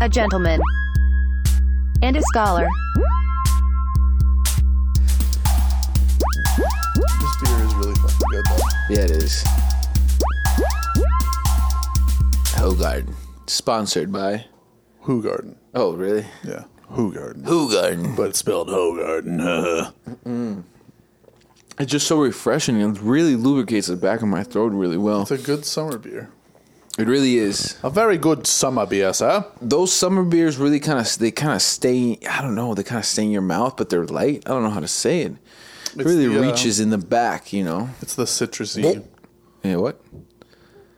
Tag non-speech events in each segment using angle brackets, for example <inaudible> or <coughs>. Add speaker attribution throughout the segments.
Speaker 1: a gentleman, and a scholar.
Speaker 2: This beer is really fucking good though.
Speaker 3: Yeah, it is. Hogard. Sponsored by.
Speaker 2: Who Garden.
Speaker 3: Oh, really?
Speaker 2: Yeah. Who Garden.
Speaker 3: Hoogarden.
Speaker 2: But it's spelled Ho Garden.
Speaker 3: It's just so refreshing. It really lubricates the back of my throat really well.
Speaker 2: it's a good summer beer.
Speaker 3: It really is.
Speaker 2: A very good summer beer, sir.
Speaker 3: Those summer beers really kind of they kind of stay. I don't know. They kind of stay in your mouth, but they're light. I don't know how to say it. It
Speaker 2: It's
Speaker 3: really
Speaker 2: the, uh,
Speaker 3: reaches in the back, you know.
Speaker 2: It's the citrusy.
Speaker 3: Yeah. What?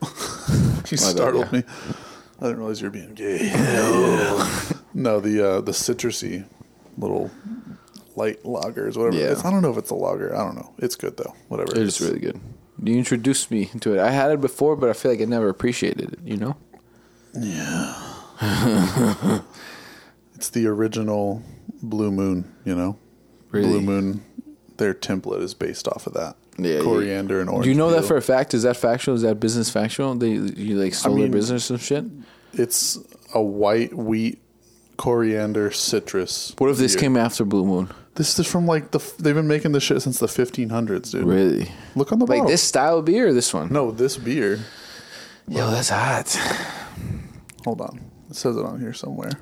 Speaker 2: You
Speaker 3: bad,
Speaker 2: startled
Speaker 3: yeah.
Speaker 2: me. I didn't realize you were being
Speaker 3: <laughs>
Speaker 2: gay. <laughs> no, the uh, the citrusy little light lagers, whatever.
Speaker 3: Yeah.
Speaker 2: It's, I don't know if it's a lager. I don't know. It's good though. Whatever.
Speaker 3: It is really good. You introduced me to it. I had it before, but I feel like I never appreciated it. You know.
Speaker 2: It's the original Blue Moon. You know,
Speaker 3: Really?
Speaker 2: Blue Moon. Their template is based off of that.
Speaker 3: Yeah, yeah.
Speaker 2: Coriander and orange.
Speaker 3: Do you know that
Speaker 2: peel.
Speaker 3: for a fact? Is that factual? Is that business factual? They you like sold
Speaker 2: mean-
Speaker 3: their business and shit.
Speaker 2: It's a white wheat coriander citrus.
Speaker 3: What if uh, this
Speaker 2: beer.
Speaker 3: came after Blue Moon?
Speaker 2: This is from like the. f- They've been making this shit since the 1500s, dude.
Speaker 3: Really?
Speaker 2: Look on the
Speaker 3: Like
Speaker 2: bottle.
Speaker 3: this style of beer or this one?
Speaker 2: No, this beer.
Speaker 3: Yo, that's hot.
Speaker 2: Hold on. It says it on here somewhere.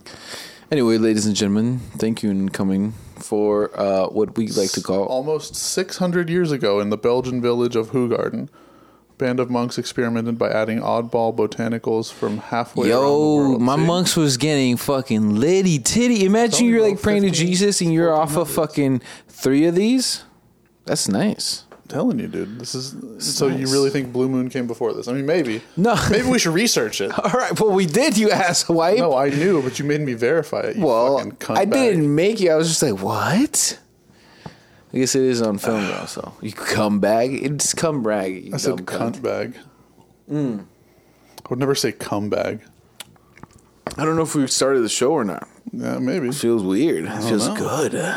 Speaker 3: Anyway, ladies and gentlemen, thank you in coming for uh, what we like to call.
Speaker 2: Almost 600 years ago, in the Belgian village of Hoogarden, a band of monks experimented by adding oddball botanicals from halfway around the
Speaker 3: Yo,
Speaker 2: world.
Speaker 3: my
Speaker 2: See?
Speaker 3: monks was getting fucking litty titty. Imagine
Speaker 2: Don't
Speaker 3: you're
Speaker 2: go
Speaker 3: like praying to
Speaker 2: 15,
Speaker 3: Jesus and you're off of fucking three of these. That's nice.
Speaker 2: I'm telling you, dude. This is so. You
Speaker 3: nice.
Speaker 2: really think Blue Moon came before this? I mean, maybe.
Speaker 3: No.
Speaker 2: Maybe
Speaker 3: <laughs>
Speaker 2: we should research it.
Speaker 3: All right, well we did, you <laughs> asswipe.
Speaker 2: No, I knew, but you made me verify it. You
Speaker 3: well,
Speaker 2: fucking cunt
Speaker 3: I
Speaker 2: bag.
Speaker 3: didn't make you. I was just like, what? I guess it is on film <sighs> now, so you come back. It's come brag. You
Speaker 2: I said cunt bag.
Speaker 3: Hmm.
Speaker 2: I would never say cum bag.
Speaker 3: I don't know if we started the show or not.
Speaker 2: Yeah, maybe.
Speaker 3: Feels weird. Feels
Speaker 2: know.
Speaker 3: good.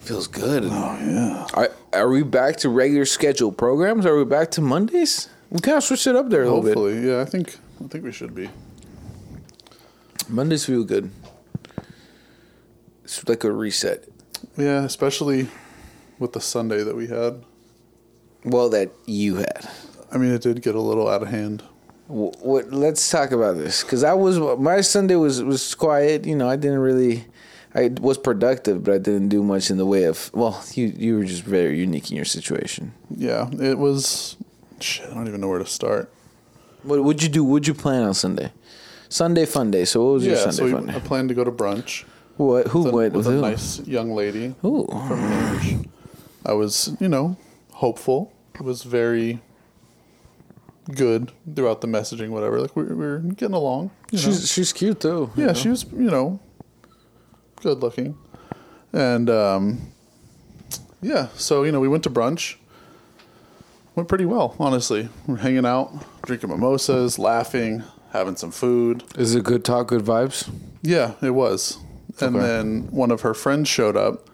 Speaker 3: Feels good. Oh yeah. Are are we back to regular scheduled programs? Are we back to Mondays? We kind of switched it up there a little
Speaker 2: Hopefully, yeah. I think. I think we should be.
Speaker 3: bit. Mondays feel good. It's like a reset.
Speaker 2: Yeah, especially with the Sunday that we had.
Speaker 3: Well, that you had.
Speaker 2: I mean, it did get a little out of hand.
Speaker 3: Wh- what let's talk about this because i was my sunday was was quiet you know i didn't really i was productive but i didn't do much in the way of well you you were just very unique in your situation
Speaker 2: Yeah, it was. Shit, I don't even know where to start.
Speaker 3: what would you do would you plan on sunday sunday fun day so what was your
Speaker 2: yeah,
Speaker 3: sunday
Speaker 2: so we,
Speaker 3: fun
Speaker 2: I
Speaker 3: day
Speaker 2: planned to go to brunch
Speaker 3: what who
Speaker 2: with, a-
Speaker 3: went
Speaker 2: with
Speaker 3: with
Speaker 2: a
Speaker 3: who
Speaker 2: nice young lady
Speaker 3: Ooh.
Speaker 2: from Liege. I was, you know, hopeful. It was very good throughout the messaging, whatever. Like, we, we were getting along. you know.
Speaker 3: she's she's cute too
Speaker 2: yeah, she was, you know, good looking. And um, yeah, so, you know, we went to brunch. Went pretty well, honestly. We're hanging out, drinking mimosas, laughing, having some food.
Speaker 3: is it good talk good vibes
Speaker 2: Yeah, it was. And
Speaker 3: Okay.
Speaker 2: then one of her friends showed up,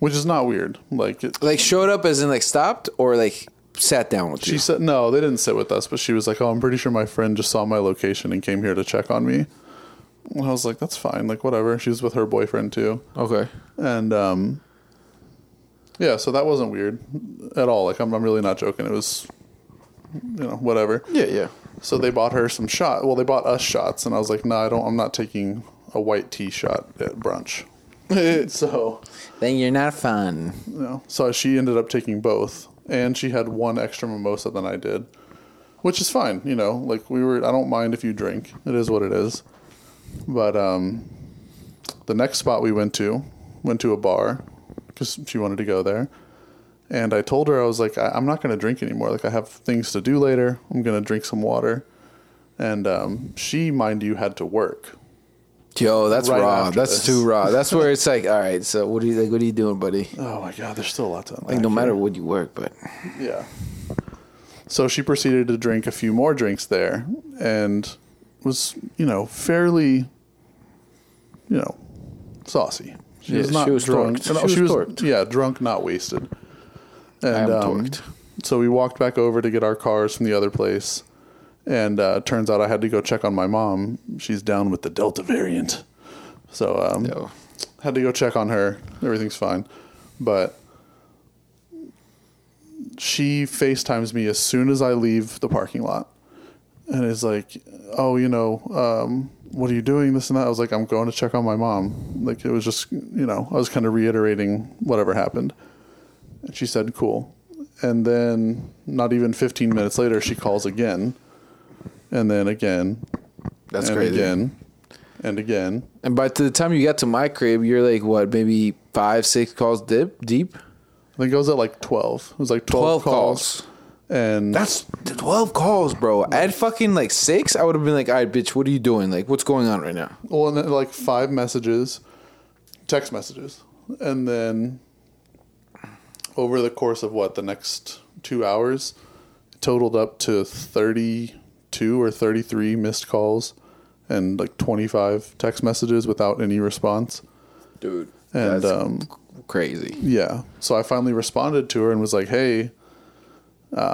Speaker 2: which is not weird. Like, it,
Speaker 3: like showed up as in like stopped or like sat down with
Speaker 2: She
Speaker 3: you
Speaker 2: said, no, they didn't sit with us, but she was like, oh, I'm pretty sure my friend just saw my location and came here to check on me. And I was like, that's fine. Like, whatever. She was with her boyfriend, too.
Speaker 3: okay
Speaker 2: And, um, yeah, so that wasn't weird at all. Like, I'm, I'm really not joking. It was, you know, whatever.
Speaker 3: yeah yeah
Speaker 2: So they bought her some shot. Well, they bought us shots. And I was like, no, I don't, I'm not taking a white tea shot at brunch. <laughs> so,
Speaker 3: then you're not fun
Speaker 2: you know, so she ended up taking both, and she had one extra mimosa than I did, which is fine. You know, like we were. I don't mind if you drink. It is what it is. But um, the next spot we went to, went to a bar, because she wanted to go there, and I told her I was like, I- I'm not going to drink anymore. Like I have things to do later. I'm going to drink some water, and um, she, mind you, had to work.
Speaker 3: Yo, that's
Speaker 2: right
Speaker 3: raw.
Speaker 2: after this.
Speaker 3: That's too raw. That's where
Speaker 2: <laughs>
Speaker 3: it's like, all right. So what are you like? What are you doing, buddy?
Speaker 2: Oh my God, there's still a lot to unpack.
Speaker 3: Like, no
Speaker 2: here.
Speaker 3: matter what you work, but
Speaker 2: Yeah. So she proceeded to drink a few more drinks there and was, you know, fairly, you know, saucy. She
Speaker 3: Yeah,
Speaker 2: was not
Speaker 3: she was
Speaker 2: drunk.
Speaker 3: torqued.
Speaker 2: and
Speaker 3: She
Speaker 2: she
Speaker 3: was
Speaker 2: was,
Speaker 3: torqued.
Speaker 2: yeah, drunk, not wasted. And
Speaker 3: am
Speaker 2: um,
Speaker 3: torqued.
Speaker 2: so we walked back over to get our cars from the other place And uh, turns out I had to go check on my mom. She's down with the Delta variant. So um,
Speaker 3: No.
Speaker 2: had to go check on her. Everything's fine. But she FaceTimes me as soon as I leave the parking lot and is like, oh, you know, um, what are you doing? This and that. I was like, I'm going to check on my mom. Like, it was just, you know, I was kind of reiterating whatever happened. And she said, cool. And then, not even 15 minutes later, she calls again. And then again.
Speaker 3: That's
Speaker 2: and
Speaker 3: crazy.
Speaker 2: again. And again.
Speaker 3: And by the time you got to my crib, you're like what, maybe five, six calls dip deep.
Speaker 2: I think it was at like 12. It was like 12,
Speaker 3: Twelve
Speaker 2: calls.
Speaker 3: calls.
Speaker 2: And
Speaker 3: That's twelve calls, bro. At fucking like six, I would have been like, "All right, bitch, what are you doing? Like, what's going on right now?"
Speaker 2: well, and then like five messages, text messages, and then over the course of what the next two hours, totaled up to thirty-two or thirty-three missed calls, and like twenty-five text messages without any response.
Speaker 3: Dude,
Speaker 2: And um,
Speaker 3: crazy.
Speaker 2: Yeah. So I finally responded to her and was like, "Hey, um,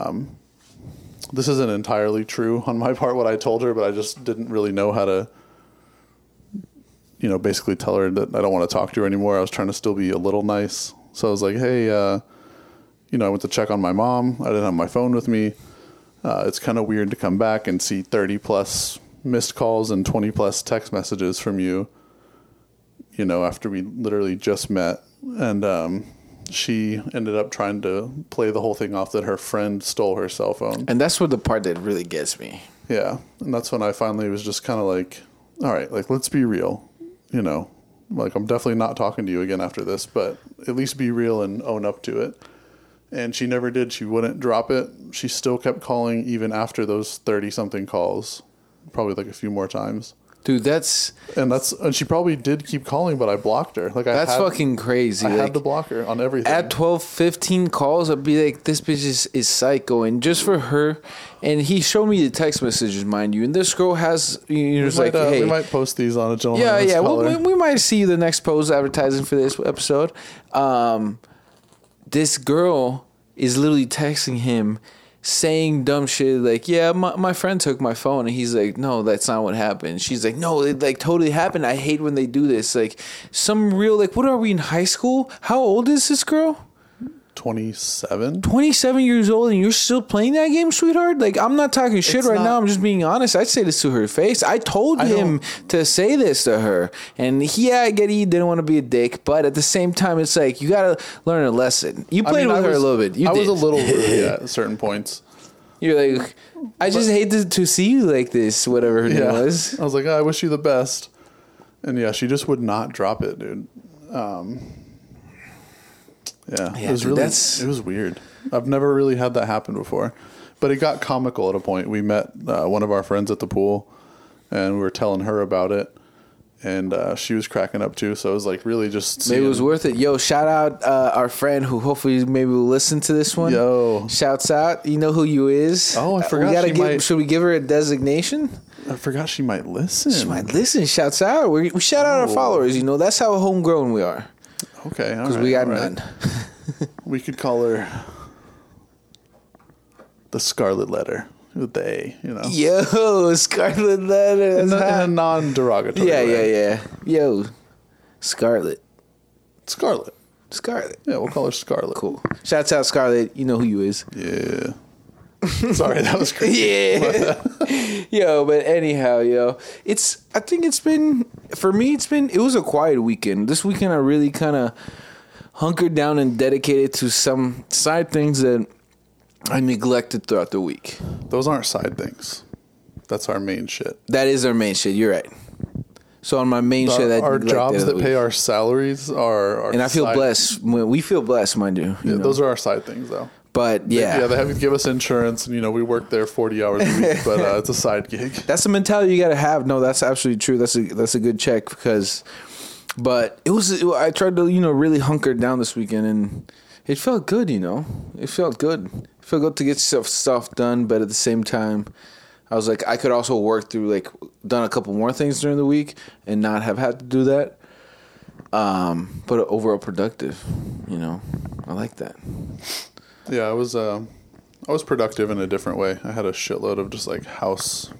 Speaker 2: this isn't entirely true on my part what I told her, but I just didn't really know how to, you know, basically tell her that I don't want to talk to her anymore. I was trying to still be a little nice. So I was like, "Hey, uh, you know, I went to check on my mom. I didn't have my phone with me. Uh, it's kind of weird to come back and see 30 plus missed calls and 20 plus text messages from you, you know, after we literally just met. And um, she ended up trying to play the whole thing off that her friend stole her cell phone.
Speaker 3: And that's what the part that really gets me.
Speaker 2: Yeah. And that's when I finally was just kind of like, all right, like, let's be real, you know. Like, I'm definitely not talking to you again after this, but at least be real and own up to it. And she never did. She wouldn't drop it. She still kept calling even after those 30 something calls, probably like a few more times.
Speaker 3: Dude, that's
Speaker 2: And that's, and she probably did keep calling, but I blocked her. Like, I
Speaker 3: that's
Speaker 2: had,
Speaker 3: fucking crazy.
Speaker 2: I
Speaker 3: like,
Speaker 2: had to block her on everything.
Speaker 3: at 12, 15 calls, I'd be like, this bitch is, is psycho. And just for her, and he showed me the text messages, mind you. And this girl has, you know,
Speaker 2: we,
Speaker 3: it's
Speaker 2: might,
Speaker 3: like,
Speaker 2: uh,
Speaker 3: hey,
Speaker 2: we might post these on a gentleman.
Speaker 3: yeah, yeah, well,
Speaker 2: Color.
Speaker 3: we, we might see the next post advertising for this episode. Um, this girl is literally texting him saying dumb shit like yeah my, my friend took my phone and he's like no that's not what happened she's like no it like totally happened i hate when they do this like some real like what are we in high school how old is this girl
Speaker 2: 27?
Speaker 3: 27 years old and you're still playing that game, sweetheart? Like, I'm not talking shit
Speaker 2: It's
Speaker 3: right
Speaker 2: not-
Speaker 3: now. I'm just being honest. I'd say this to her face. I told
Speaker 2: I
Speaker 3: him to say this to her. And he, yeah, I get he didn't want to be a dick, but at the same time, it's like, you got to learn a lesson. You played with her
Speaker 2: was,
Speaker 3: a little bit. You
Speaker 2: I
Speaker 3: did.
Speaker 2: was a little rude yeah, at certain points.
Speaker 3: <laughs> You're like, I just hate to, to see you like this, whatever her name
Speaker 2: Yeah.
Speaker 3: was.
Speaker 2: I was like, "Oh, I wish you the best. And yeah, she just would not drop it, dude. Um, yeah,
Speaker 3: Yeah,
Speaker 2: it was
Speaker 3: dude,
Speaker 2: really
Speaker 3: that's-
Speaker 2: it was weird. I've never really had that happen before, but it got comical at a point. We met uh, one of our friends at the pool, and we were telling her about it, and uh, she was cracking up too. So it was like really just
Speaker 3: Maybe it
Speaker 2: seeing-
Speaker 3: was worth it. Yo, shout out uh, our friend who hopefully maybe will listen to this one.
Speaker 2: Yo.
Speaker 3: Shouts out. You know who you is.
Speaker 2: Oh, I
Speaker 3: Uh,
Speaker 2: forgot
Speaker 3: We gotta
Speaker 2: she
Speaker 3: give,
Speaker 2: might-
Speaker 3: Should we give her a designation?
Speaker 2: I forgot she might listen.
Speaker 3: She might listen. Shouts out. We, we shout out our
Speaker 2: Oh.
Speaker 3: followers. You know that's how homegrown we are
Speaker 2: Okay,
Speaker 3: because we got none. <laughs>
Speaker 2: We could call her the Scarlet Letter with the A, you know.
Speaker 3: Yo, Scarlet Letter.
Speaker 2: In
Speaker 3: that's
Speaker 2: a,
Speaker 3: hot.
Speaker 2: in a non-derogatory
Speaker 3: yeah, yeah,
Speaker 2: way.
Speaker 3: yeah. Yo, Scarlet,
Speaker 2: Scarlet.
Speaker 3: Scarlet.
Speaker 2: Yeah, we'll call her Scarlet.
Speaker 3: Cool. Shouts out Scarlet. You know who you is. <laughs>
Speaker 2: Yeah. Sorry, that was crazy.
Speaker 3: Yeah. <laughs> yo, but anyhow, yo, it's. I think it's been for me. It's been. It was a quiet weekend. This weekend, I really kind of hunkered down and dedicated to some side things that I neglected throughout the week.
Speaker 2: Those aren't side things. That's our main shit.
Speaker 3: That is our main shit. You're right. So on my main shit,
Speaker 2: Our,
Speaker 3: that
Speaker 2: our jobs that pay our salaries are. are
Speaker 3: and I feel
Speaker 2: side-
Speaker 3: blessed. When we feel blessed, mind you. you
Speaker 2: Yeah,
Speaker 3: know.
Speaker 2: Those are our side things, though.
Speaker 3: but yeah,
Speaker 2: Yeah, they have to give us insurance, and you know we work there forty hours a
Speaker 3: <laughs>
Speaker 2: week, but uh, it's a side gig.
Speaker 3: that's the mentality you gotta have. No, that's absolutely true. That's a that's a good check because. But it was. I tried to you know really hunker down this weekend, and it felt good. You know, it felt good. It felt good to get stuff stuff done, but at the same time. I was like, I could also work through like done a couple more things during the week and not have had to do that. Um, but overall productive, you know, I like that.
Speaker 2: Yeah, I was. Uh, I was productive in a different way. I had a shitload of just like house,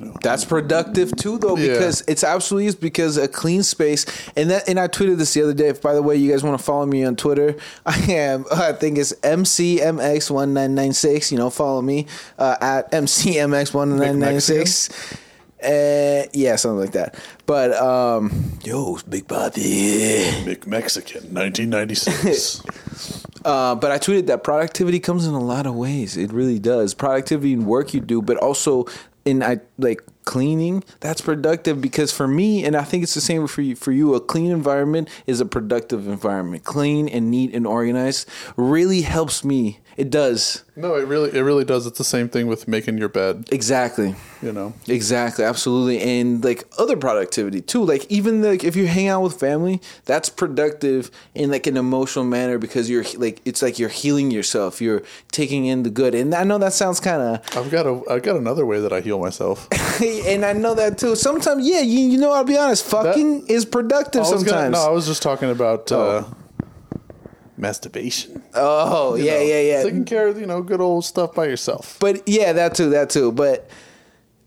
Speaker 2: you know.
Speaker 3: That's productive too, though,
Speaker 2: Yeah.
Speaker 3: because it's absolutely is because a clean space. And that, and I tweeted this the other day. If by the way, you guys want to follow me on Twitter, <laughs> I am. I think it's mcmx1996. You know, follow me uh, at mcmx1996. Uh, yeah, something like that. But um, yo, Big Bobby.
Speaker 2: Big Mexican, 1996.
Speaker 3: Uh, but I tweeted that productivity comes in a lot of ways. It really does. Productivity in work you do, but also in I like cleaning. That's productive because for me, and I think it's the same for you. For you, a clean environment is a productive environment. Clean and neat and organized really helps me. It does
Speaker 2: <laughs> no, it really, it really does. It's the same thing with making your bed.
Speaker 3: exactly.
Speaker 2: You know,
Speaker 3: Exactly, absolutely, and like other productivity too. Like even like if you hang out with family, that's productive in like an emotional manner because you're like it's like you're healing yourself. You're taking in the good, and I know that sounds kind of,
Speaker 2: I've got a, I've got another way that I heal myself.
Speaker 3: <laughs> and I know that too. Sometimes, yeah, you, you know, I'll be honest, fucking is productive
Speaker 2: I was
Speaker 3: sometimes.
Speaker 2: gonna- no, I was just talking about uh, masturbation.
Speaker 3: oh yeah,
Speaker 2: you know,
Speaker 3: yeah, yeah.
Speaker 2: Taking care of you know good old stuff by yourself.
Speaker 3: but yeah, that too, that too. But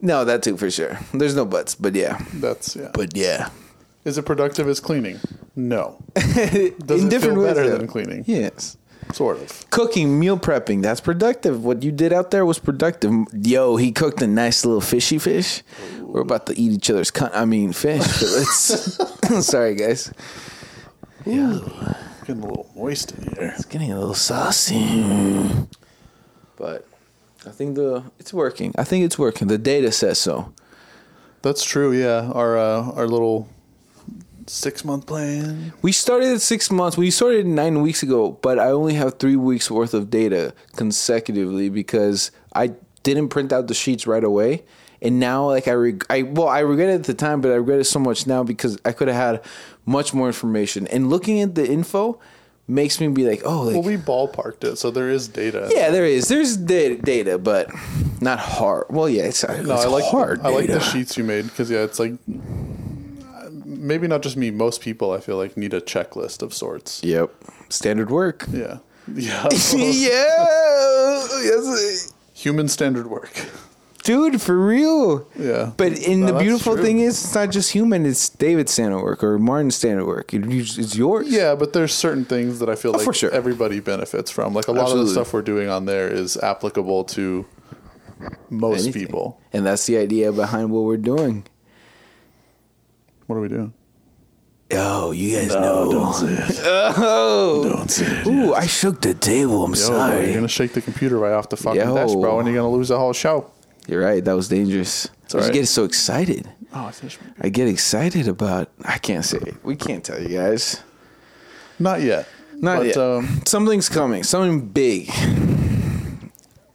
Speaker 3: no, that too for sure. There's no buts, but yeah,
Speaker 2: That's yeah.
Speaker 3: but yeah. <laughs>
Speaker 2: is it productive as cleaning? No. Does
Speaker 3: in
Speaker 2: it
Speaker 3: different
Speaker 2: feel
Speaker 3: ways,
Speaker 2: better
Speaker 3: though.
Speaker 2: than cleaning?
Speaker 3: Yes.
Speaker 2: Sort of.
Speaker 3: cooking, meal prepping, that's productive. What you did out there was productive. Yo, he cooked a nice little fishy fish. We're about to eat each other's cunt. I mean, fish <laughs> fillets. Sorry, guys.
Speaker 2: Getting a little moist in here.
Speaker 3: It's getting a little saucy. But I think the it's working. I think it's working. The data says so.
Speaker 2: That's true. Yeah, our uh, our little six month plan.
Speaker 3: We started at six months. We started nine weeks ago, but I only have three weeks worth of data consecutively because I didn't print out the sheets right away. And now, like I, reg- I well, I regret it at the time, but I regret it so much now because I could have had much more information. And looking at the info makes me be like, oh, like,
Speaker 2: Well, we ballparked it, so there is data.
Speaker 3: yeah, there is, there's da- data, but not hard. Well, yeah, it's,
Speaker 2: No,
Speaker 3: it's
Speaker 2: I like
Speaker 3: hard.
Speaker 2: I like the
Speaker 3: data.
Speaker 2: sheets you made because yeah, it's like maybe not just me. Most people I feel like need a checklist of sorts.
Speaker 3: Yep, standard work. <laughs>
Speaker 2: Yeah. <laughs> Yeah.
Speaker 3: yeah, yes.
Speaker 2: Human standard work.
Speaker 3: dude, for real.
Speaker 2: Yeah.
Speaker 3: But and
Speaker 2: No,
Speaker 3: the
Speaker 2: that's
Speaker 3: beautiful
Speaker 2: true.
Speaker 3: thing is, it's not just human. It's David's standard work or Martin's standard work. It- it's it's yours.
Speaker 2: Yeah, but there's certain things that I feel like
Speaker 3: Oh, for sure.
Speaker 2: everybody benefits from. Like a lot of
Speaker 3: Absolutely.
Speaker 2: the stuff we're doing on there is applicable to most
Speaker 3: Anything.
Speaker 2: people.
Speaker 3: And that's the idea behind what we're doing.
Speaker 2: What are we doing?
Speaker 3: Oh, you guys know. <laughs> Oh,
Speaker 2: Don't say it.
Speaker 3: ooh, I shook the table. I'm
Speaker 2: Yo, bro,
Speaker 3: sorry.
Speaker 2: you're gonna shake the computer right off the fucking
Speaker 3: Yo.
Speaker 2: desk, bro, and you're gonna lose the whole show.
Speaker 3: You're right. That was dangerous.
Speaker 2: all
Speaker 3: I just
Speaker 2: right.
Speaker 3: get so excited.
Speaker 2: Oh, I finished. my-
Speaker 3: I get excited about. I can't say it. We can't tell you guys.
Speaker 2: Not yet.
Speaker 3: Not
Speaker 2: but,
Speaker 3: yet.
Speaker 2: Um,
Speaker 3: Something's coming. Something big.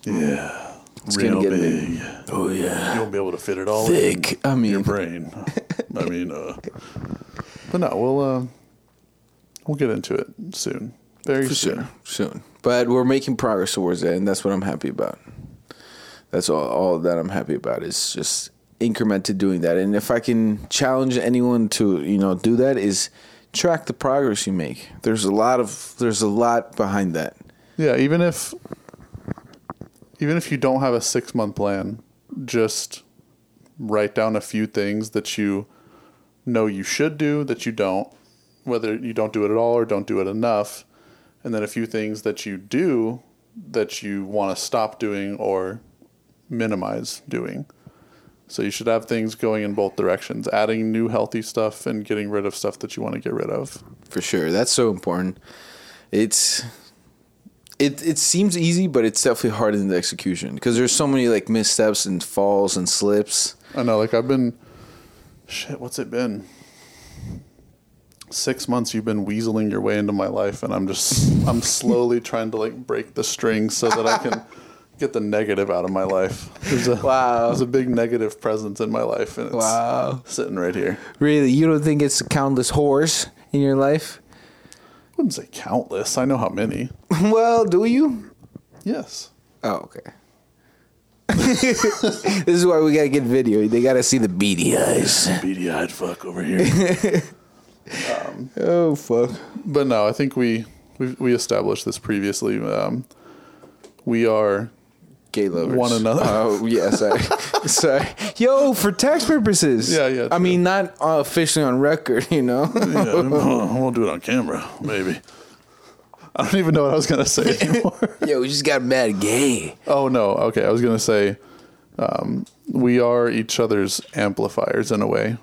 Speaker 2: yeah.
Speaker 3: It's
Speaker 2: real
Speaker 3: gonna get
Speaker 2: big.
Speaker 3: big. Oh yeah.
Speaker 2: You won't be able to fit it all
Speaker 3: Thick.
Speaker 2: in
Speaker 3: I mean-
Speaker 2: your brain.
Speaker 3: <laughs>
Speaker 2: I mean, uh, but no, we'll um, we'll get into it soon. Very
Speaker 3: For
Speaker 2: soon.
Speaker 3: sure, soon. But we're making progress towards that, and that's what I'm happy about. That's all, all that I'm happy about is just incremented doing that. And if I can challenge anyone to, you know, do that is track the progress you make. There's a lot of there's a lot behind that.
Speaker 2: Yeah, even if even if you don't have a six month plan, just write down a few things that you know you should do that you don't, whether you don't do it at all or don't do it enough, and then a few things that you do that you want to stop doing or minimize doing. So you should have things going in both directions, adding new healthy stuff and getting rid of stuff that you want to get rid of.
Speaker 3: For sure. That's so important. It's it it seems easy, but it's definitely hard in the execution because there's so many like missteps and falls and slips.
Speaker 2: I know, like I've been shit, what's it been? Six months you've been weaseling your way into my life and I'm just I'm
Speaker 3: <laughs>
Speaker 2: slowly trying to like break the strings so that I can get the negative out of my life. There's a
Speaker 3: Wow.
Speaker 2: There's a big negative presence in my life and it's
Speaker 3: Wow.
Speaker 2: sitting right here.
Speaker 3: Really, you don't think it's countless whores in your life?
Speaker 2: I wouldn't say countless. I know how many.
Speaker 3: Well, do you?
Speaker 2: Yes.
Speaker 3: Oh, okay. <laughs> this is why we gotta get video. They gotta see the beady eyes.
Speaker 2: Beady eyed fuck over
Speaker 3: <laughs>
Speaker 2: here.
Speaker 3: Oh fuck. Oh,
Speaker 2: but no, I think we we we established this previously. Um, we are
Speaker 3: Gay lovers.
Speaker 2: One another.
Speaker 3: Oh, yeah, sorry. <laughs> sorry. Yo, for tax purposes.
Speaker 2: Yeah, yeah,
Speaker 3: I
Speaker 2: true.
Speaker 3: mean, not uh, officially on record, you know?
Speaker 2: yeah, we won't, we won't do it on camera, maybe. I don't even know what I was gonna say
Speaker 3: <laughs>
Speaker 2: anymore.
Speaker 3: <laughs> Yo, we just got mad gay.
Speaker 2: oh no, okay, I was gonna say um, we are each other's amplifiers in a way,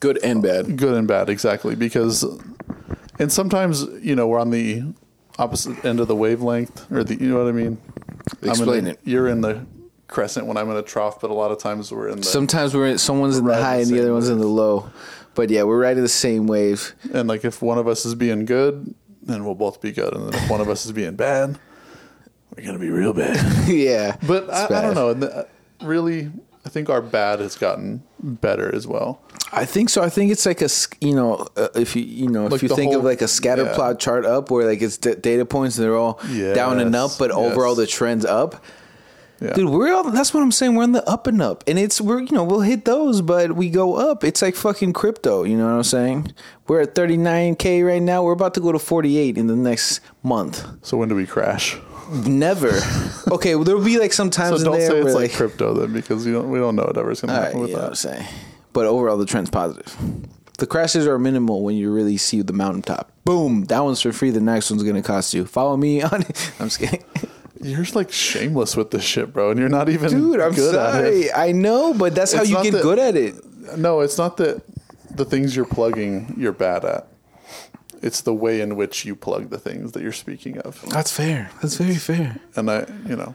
Speaker 3: Good and bad.
Speaker 2: good and bad, exactly. Because, and sometimes you know we're on the opposite end of the wavelength, or the you know what I mean. I'm in
Speaker 3: Explain
Speaker 2: the-
Speaker 3: it.
Speaker 2: You're in the crescent when I'm in a trough, but a lot of times we're in the
Speaker 3: Sometimes we're someone's in the
Speaker 2: Right,
Speaker 3: high and the
Speaker 2: same
Speaker 3: other one's in the low. But yeah, we're riding the same wave. <laughs>
Speaker 2: and like if one of us is being good, then we'll both be good, and then if one of us is being bad, we're gonna be real bad.
Speaker 3: yeah.
Speaker 2: But
Speaker 3: It's
Speaker 2: I, I
Speaker 3: bad.
Speaker 2: don't know. And the- uh, Really, I think our bad has gotten better as well.
Speaker 3: I think so. I think it's like a s- you know uh, if you you know
Speaker 2: Like
Speaker 3: if you
Speaker 2: the
Speaker 3: think of
Speaker 2: whole-
Speaker 3: like a scatter
Speaker 2: yeah.
Speaker 3: plot chart up where like it's d- data points and they're all down and up,
Speaker 2: Yes,
Speaker 3: but overall
Speaker 2: yes.
Speaker 3: the trend's up.
Speaker 2: Yeah.
Speaker 3: Dude, we're all, that's what I'm saying. We're on the up and up, and it's we're you know we'll hit those, but we go up. It's like fucking crypto. You know what I'm saying? We're at 39k right now. We're about to go to 48 in the next month.
Speaker 2: so when do we crash? <laughs>
Speaker 3: Never. okay, well, there'll be like some
Speaker 2: So
Speaker 3: times in
Speaker 2: don't
Speaker 3: there
Speaker 2: say
Speaker 3: where
Speaker 2: it's
Speaker 3: like,
Speaker 2: like crypto then, because you don't, we don't know whatever's going to
Speaker 3: all right,
Speaker 2: happen with
Speaker 3: you know what I'm
Speaker 2: that.
Speaker 3: saying. But overall, the trend's positive. The crashes are minimal when you really see the mountaintop. Boom! That one's for free. The next one's gonna cost you. Follow me on. <laughs> I'm just kidding,
Speaker 2: You're just like shameless with this shit, bro, and you're not even
Speaker 3: dude. I'm
Speaker 2: good at
Speaker 3: sorry. I know, but that's how
Speaker 2: It's
Speaker 3: you
Speaker 2: not
Speaker 3: get
Speaker 2: that-
Speaker 3: good at it.
Speaker 2: it. No, it's not that the things you're plugging you're bad at. It's the way in which you plug the things that you're speaking of,
Speaker 3: That's fair. That's very fair.
Speaker 2: and I, you know,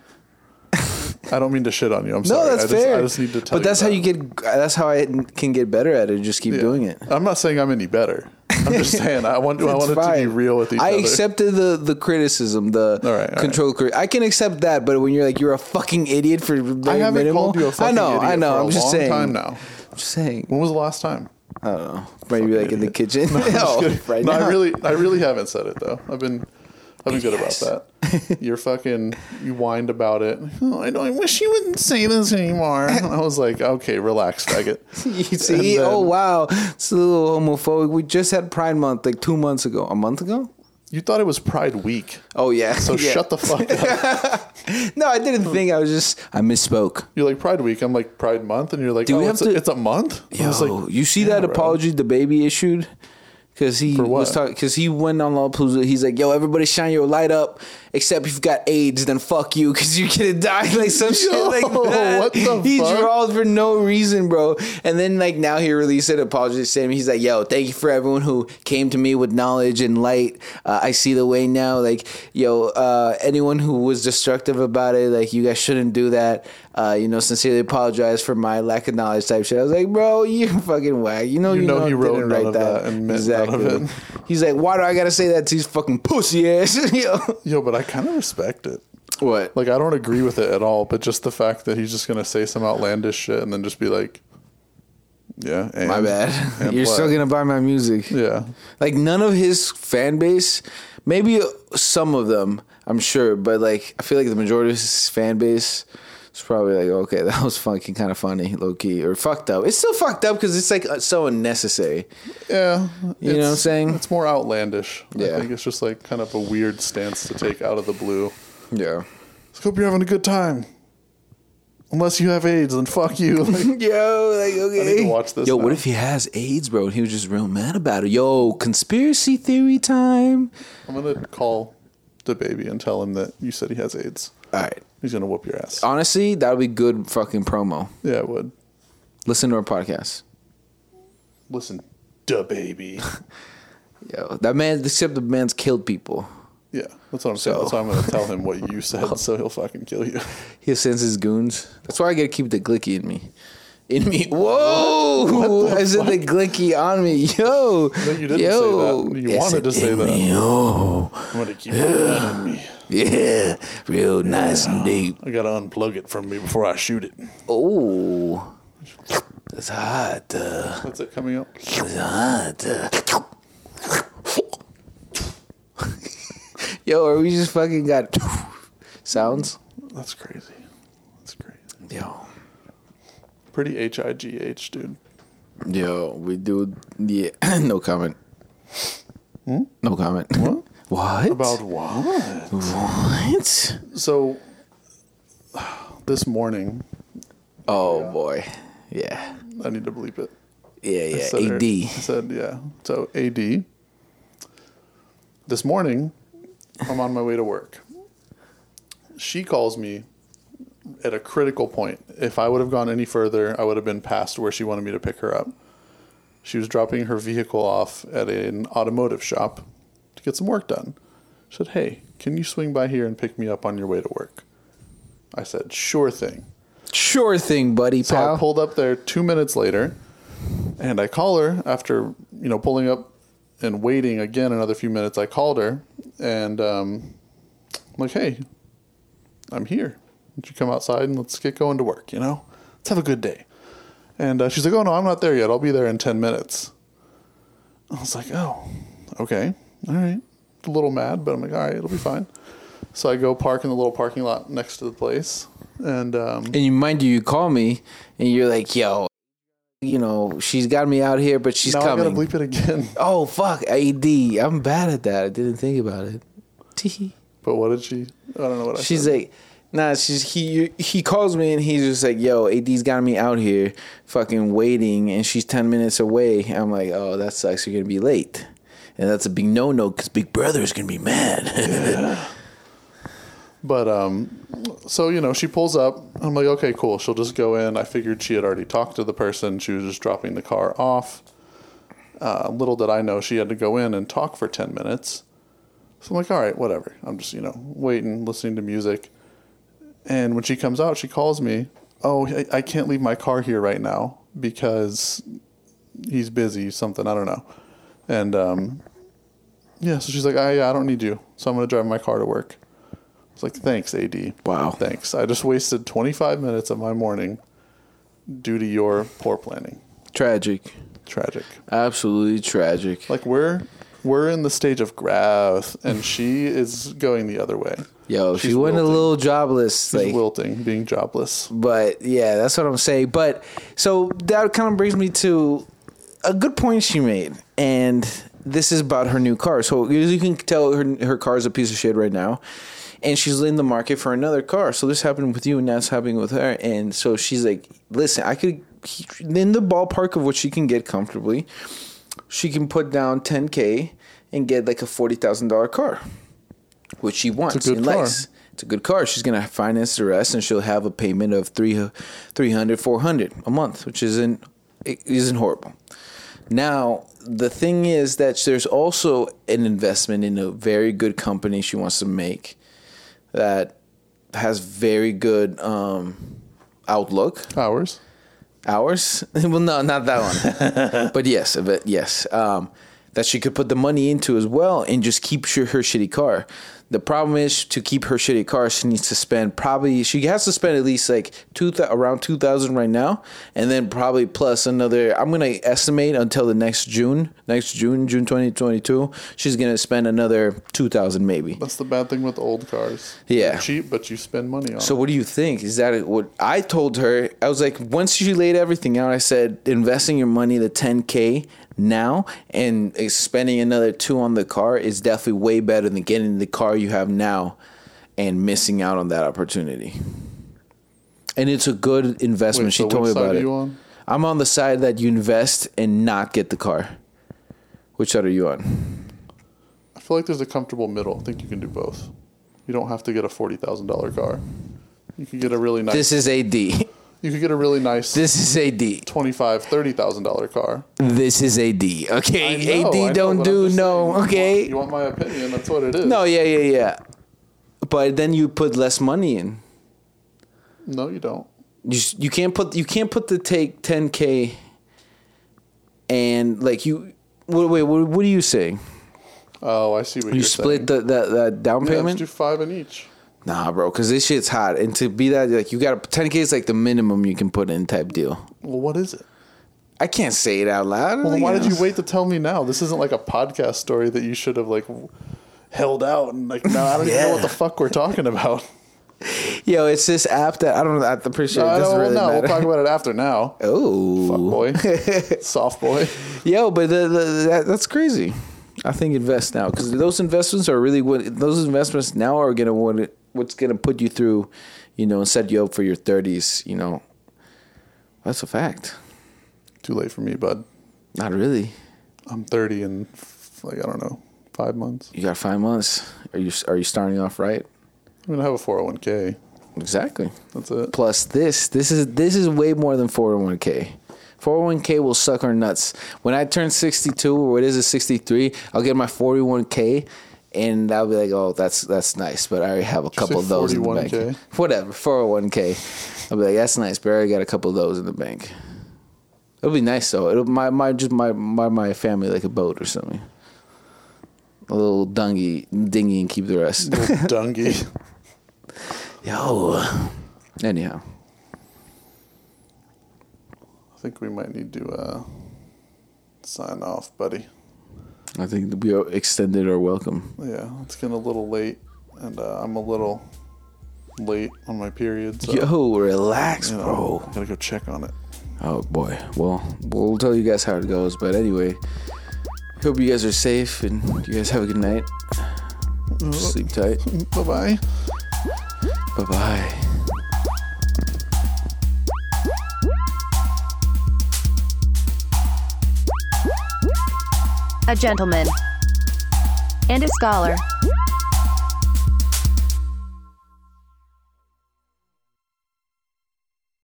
Speaker 2: I don't mean to shit on you. I'm
Speaker 3: No,
Speaker 2: sorry.
Speaker 3: that's
Speaker 2: I just,
Speaker 3: fair.
Speaker 2: I just need to tell
Speaker 3: but that's
Speaker 2: that.
Speaker 3: how you get. That's how I can get better at it. Just keep
Speaker 2: Yeah.
Speaker 3: doing it.
Speaker 2: I'm not saying I'm any better. I'm
Speaker 3: <laughs>
Speaker 2: just saying I want I
Speaker 3: It's
Speaker 2: wanted to be
Speaker 3: fine.
Speaker 2: real with each
Speaker 3: I
Speaker 2: other.
Speaker 3: accepted the the criticism, the
Speaker 2: All right, all
Speaker 3: control. Cri- I can accept that, but when you're like you're a fucking idiot for
Speaker 2: I
Speaker 3: very
Speaker 2: haven't
Speaker 3: minimal,
Speaker 2: called you a fucking
Speaker 3: I know,
Speaker 2: idiot
Speaker 3: I know.
Speaker 2: For
Speaker 3: I'm
Speaker 2: a
Speaker 3: just
Speaker 2: long
Speaker 3: saying.
Speaker 2: Time now.
Speaker 3: I'm just saying.
Speaker 2: <laughs> When was the last
Speaker 3: <laughs>
Speaker 2: time?
Speaker 3: I don't know. Maybe like in the kitchen. <laughs>
Speaker 2: Just
Speaker 3: oh,
Speaker 2: kidding. <laughs>
Speaker 3: right
Speaker 2: no,
Speaker 3: now.
Speaker 2: I really I really haven't said it though. I've been I've been good about
Speaker 3: Yes. <laughs>
Speaker 2: that. You're fucking you whined about it. Oh, I, don't, I wish you wouldn't say this
Speaker 3: <laughs>
Speaker 2: anymore. And I was like, okay, relax, faggot.
Speaker 3: you see?
Speaker 2: And then-
Speaker 3: oh wow, it's a little homophobic. We just had Pride Month like two months ago. A month ago?
Speaker 2: You thought it was Pride Week,
Speaker 3: Oh yeah.
Speaker 2: so
Speaker 3: <laughs> yeah.
Speaker 2: shut the fuck
Speaker 3: <laughs>
Speaker 2: up.
Speaker 3: No, I didn't think. I was just I misspoke.
Speaker 2: You're like Pride Week. I'm like Pride Month, and you're like,
Speaker 3: Do we
Speaker 2: oh,
Speaker 3: have
Speaker 2: it's,
Speaker 3: to-
Speaker 2: a, it's a month. I was
Speaker 3: Yo,
Speaker 2: like,
Speaker 3: you see
Speaker 2: yeah,
Speaker 3: that
Speaker 2: bro.
Speaker 3: apology the baby issued? Cause he
Speaker 2: what?
Speaker 3: was talking. Cause he went on Lollapalooza. He's like, "Yo, everybody, shine your light up, except if you've got AIDS, then fuck you, cause you're gonna die." <laughs> Like some shit
Speaker 2: Yo,
Speaker 3: like that.
Speaker 2: what the
Speaker 3: he
Speaker 2: fuck?
Speaker 3: drawled for no reason, bro. And then like now he released an apology statement. He's like, "Yo, thank you for everyone who came to me with knowledge and light. Uh, I see the way now. Like, yo, uh, anyone who was destructive about it, like, you guys shouldn't do that. Uh, you know, sincerely apologize for my lack of knowledge type shit." I was like, "Bro, <laughs> you fucking whack. You know, you,
Speaker 2: know
Speaker 3: know,
Speaker 2: he
Speaker 3: he
Speaker 2: wrote
Speaker 3: didn't
Speaker 2: none
Speaker 3: write
Speaker 2: of
Speaker 3: that,
Speaker 2: that and meant none
Speaker 3: exactly."
Speaker 2: of it.
Speaker 3: He's like, "Why do I gotta say that to these fucking pussy ass?" <laughs> yo,
Speaker 2: Yo, but I kind of respect it.
Speaker 3: what?
Speaker 2: Like I don't agree with it at all, but just the fact that he's just gonna say some outlandish shit and then just be like, "Yeah, and,
Speaker 3: My bad.
Speaker 2: and
Speaker 3: <laughs> You're
Speaker 2: play."
Speaker 3: still gonna buy my music.
Speaker 2: yeah."
Speaker 3: Like none of his fan base, maybe some of them, I'm sure, but like I feel like the majority of his fan base is probably like, okay, <laughs> that was fucking kind of funny, low key, or fucked up. It's still fucked up because it's like uh, so unnecessary.
Speaker 2: Yeah,
Speaker 3: You know what I'm
Speaker 2: it's-
Speaker 3: saying?
Speaker 2: It's more outlandish.
Speaker 3: Yeah.
Speaker 2: I think it's just like kind of a weird stance to take out of the blue.
Speaker 3: Yeah.
Speaker 2: Let's hope you're having a good time. Unless you have AIDS, then fuck you. <laughs> Like,
Speaker 3: <laughs> Yo, like okay.
Speaker 2: to watch this
Speaker 3: Yo, what
Speaker 2: now.
Speaker 3: if he has AIDS, bro? And he was just real mad about it. Yo, conspiracy theory time.
Speaker 2: I'm gonna call the baby and tell him that you said he has AIDS.
Speaker 3: All right.
Speaker 2: He's gonna whoop your ass.
Speaker 3: Honestly, that would be good fucking promo.
Speaker 2: Yeah, it would.
Speaker 3: Listen to our podcast.
Speaker 2: Listen, da baby.
Speaker 3: Yo, that man, except the man's killed people.
Speaker 2: Yeah, that's what I'm saying.
Speaker 3: So-
Speaker 2: That's why I'm gonna tell him what you <laughs> said, so he'll fucking kill you.
Speaker 3: He sends his goons. That's why I gotta keep the glicky in me. In me. <laughs> Whoa! I said the glicky on me. Yo.
Speaker 2: No, you didn't
Speaker 3: Yo.
Speaker 2: say that. You
Speaker 3: Yes,
Speaker 2: wanted to
Speaker 3: it
Speaker 2: say
Speaker 3: in
Speaker 2: that.
Speaker 3: me. Yo.
Speaker 2: I'm gonna keep it on me.
Speaker 3: Yeah. Real nice and deep.
Speaker 2: I gotta unplug it from me before I shoot it.
Speaker 3: Oh. That's hot. Uh,
Speaker 2: What's it coming up?
Speaker 3: that's hot. Uh. <laughs> Yo, are we just fucking got <laughs> sounds?
Speaker 2: That's crazy. That's crazy.
Speaker 3: Yo.
Speaker 2: Pretty H I G H, dude.
Speaker 3: <coughs> Yo, we do. Yeah, no comment. No comment.
Speaker 2: Hmm? What?
Speaker 3: <laughs> What?
Speaker 2: About what? <laughs>
Speaker 3: what?
Speaker 2: So this morning,
Speaker 3: Oh boy. Yeah.
Speaker 2: I need to bleep it.
Speaker 3: Yeah, yeah.
Speaker 2: said
Speaker 3: AD.
Speaker 2: her- said, yeah. So AD. This morning, I'm on my way to work. She calls me at a critical point. If I would have gone any further, I would have been past where she wanted me to pick her up. She was dropping her vehicle off at an automotive shop to get some work done. She said, Hey, can you swing by here and pick me up on your way to work? I said, Sure thing.
Speaker 3: Sure thing, buddy
Speaker 2: So
Speaker 3: pal.
Speaker 2: I pulled up there two minutes later, and I call her after you know pulling up and waiting again another few minutes. I called her and um, I'm like, "Hey, I'm here. Would you come outside and let's get going to work? You know, let's have a good day." And uh, she's like, "Oh no, I'm not there yet. I'll be there in ten minutes." I was like, "Oh, okay, all right." A little mad, but I'm like, "All right, it'll be fine." So I go park in the little parking lot next to the place, and um,
Speaker 3: and you mind you, you call me and you're like, yo, you know, she's got me out here, but she's
Speaker 2: now I gotta
Speaker 3: coming.
Speaker 2: bleep it again. <laughs>
Speaker 3: oh fuck, AD. I'm bad at that. I didn't think about it. Teehee.
Speaker 2: But what did she? I don't know what I
Speaker 3: She's
Speaker 2: said.
Speaker 3: like, nah. She's he he calls me and he's just like, yo, AD's got me out here, fucking waiting, and she's ten minutes away. I'm like, oh, that sucks. You're gonna be late, and that's a big no no because Big Brother is gonna be mad. <laughs>
Speaker 2: But um, so you know, she pulls up. I'm like, okay, cool. She'll just go in. I figured she had already talked to the person. She was just dropping the car off. Uh, little did I know she had to go in and talk for ten minutes. So I'm like, all right, whatever. I'm just you know waiting, listening to music. And when she comes out, she calls me. Oh, I, I can't leave my car here right now because he's busy. Something I don't know. And um, yeah, so she's like, I I don't need you. So I'm gonna drive my car to work. It's like, thanks, AD.
Speaker 3: Wow.
Speaker 2: Thanks. I just wasted 25 minutes of my morning due to your poor planning.
Speaker 3: tragic,
Speaker 2: Tragic.
Speaker 3: absolutely tragic.
Speaker 2: Like we're we're in the stage of growth, and she is going the other way.
Speaker 3: Yo,
Speaker 2: she's
Speaker 3: she went a
Speaker 2: wilting.
Speaker 3: little jobless.
Speaker 2: She's
Speaker 3: Like,
Speaker 2: wilting, being jobless.
Speaker 3: but yeah, that's what I'm saying. But so that kind of brings me to a good point she made, and this is about her new car. So as you can tell, her her car is a piece of shit right now, and she's in the market for another car. So this happened with you, and that's happening with her. And so she's like, "Listen, I could in the ballpark of what she can get comfortably, she can put down 10k and get like a forty thousand dollar car, which she wants
Speaker 2: good
Speaker 3: and
Speaker 2: car.
Speaker 3: likes." It's a good car. She's going to finance the rest and she'll have a payment of three, 300, 400 a month, which isn't, it isn't horrible. Now, the thing is that there's also an investment in a very good company she wants to make that has very good um, outlook
Speaker 2: Hours.
Speaker 3: hours. <laughs> well, no, not that one. but yes, but yes, um, that she could put the money into as well and just keep sh- her shitty car. The problem is to keep her shitty car, she needs to spend probably she has to spend at least like two thou- around two thousand right now, and then probably plus another. I'm gonna estimate until the next June, next June, June 2022, she's gonna spend another two thousand maybe.
Speaker 2: That's the bad thing with old cars.
Speaker 3: Yeah.
Speaker 2: They're cheap, but you spend money on.
Speaker 3: So
Speaker 2: So
Speaker 3: what do you think? Is that what I told her? I was like, once you laid everything out, I said investing your money the 10k now and spending another two on the car is definitely way better than getting the car you have now and missing out on that opportunity. And it's a good investment.
Speaker 2: Wait,
Speaker 3: she
Speaker 2: so
Speaker 3: told me
Speaker 2: which side
Speaker 3: about
Speaker 2: are
Speaker 3: it.
Speaker 2: you on?
Speaker 3: I'm on the side that you invest and not get the car. Which side are you on?
Speaker 2: I feel like there's a comfortable middle. I think you can do both. You don't have to get a forty thousand dollar car. You could get a really nice.
Speaker 3: This is AD.
Speaker 2: you could get a really nice.
Speaker 3: <laughs> This is AD.
Speaker 2: Twenty-five, thirty thousand dollar car.
Speaker 3: This is AD.
Speaker 2: I
Speaker 3: Okay,
Speaker 2: know, I know,
Speaker 3: AD don't
Speaker 2: but I'm
Speaker 3: do
Speaker 2: just saying, you
Speaker 3: no.
Speaker 2: want-
Speaker 3: Okay.
Speaker 2: You want, my opinion? That's what it is.
Speaker 3: No, yeah, yeah, yeah. But then you put less money in.
Speaker 2: no, you don't.
Speaker 3: You s- you can't put you can't put the take 10k and like you wait, wait what, what are you saying?
Speaker 2: Oh, I see what
Speaker 3: You
Speaker 2: you're
Speaker 3: split
Speaker 2: saying.
Speaker 3: the, the the down
Speaker 2: yeah, let's
Speaker 3: payment?
Speaker 2: do five in each.
Speaker 3: nah, bro, cuz this shit's hot and to be that like you got to 10k is like the minimum you can put in type deal.
Speaker 2: Well, what is it?
Speaker 3: I can't say it out loud.
Speaker 2: Well,
Speaker 3: like,
Speaker 2: why did
Speaker 3: know.
Speaker 2: you wait to tell me now? This isn't like a podcast story that you should have like w- held out and like. No, I don't even know what
Speaker 3: Yeah.
Speaker 2: the fuck we're talking
Speaker 3: <laughs>
Speaker 2: about.
Speaker 3: Yo, it's this app that I don't know. I'm pretty sure it
Speaker 2: I
Speaker 3: doesn't
Speaker 2: don't
Speaker 3: really
Speaker 2: know. We'll
Speaker 3: matter.
Speaker 2: talk about it after
Speaker 3: <laughs>
Speaker 2: now.
Speaker 3: oh. <laughs>
Speaker 2: Boy, soft boy.
Speaker 3: Yo, but the, the, that, that's crazy. I think invest now because those investments are really what those investments now are gonna what it, what's gonna put you through, you know, and set you up for your thirties. You know, that's a fact.
Speaker 2: Too late for me, bud.
Speaker 3: Not really.
Speaker 2: I'm 30 and f- like I don't know, five months.
Speaker 3: You got five months. Are you are you starting off right?
Speaker 2: I'm gonna have a 401k.
Speaker 3: Exactly.
Speaker 2: That's
Speaker 3: <laughs>
Speaker 2: it.
Speaker 3: Plus this this is this is way more than four hundred one k. 401k will suck our nuts. When I turn 62 or what is it 63, I'll get my 41k and I'll be like, "Oh, that's that's nice." But I already have a couple of
Speaker 2: say
Speaker 3: those in the
Speaker 2: 41K?
Speaker 3: bank. Whatever, 401k. I'll be like, "That's nice, but I already got a couple of those in the bank." It'll be nice though. It'll my my just my my my family like a boat or something. A little dungy dinghy and keep the rest.
Speaker 2: Little Dungy.
Speaker 3: Yo. Anyhow,
Speaker 2: I think we might need to uh, sign off, buddy.
Speaker 3: I think we extended our welcome.
Speaker 2: Yeah, it's getting a little late, and uh, I'm a little late on my period. So,
Speaker 3: Yo, relax,
Speaker 2: you know,
Speaker 3: bro.
Speaker 2: gotta go check on it.
Speaker 3: Oh boy. Well, we'll tell you guys how it goes. But anyway, hope you guys are safe and you guys have a good night. Sleep tight.
Speaker 2: Bye bye.
Speaker 3: Bye bye.
Speaker 1: a gentleman, and a scholar.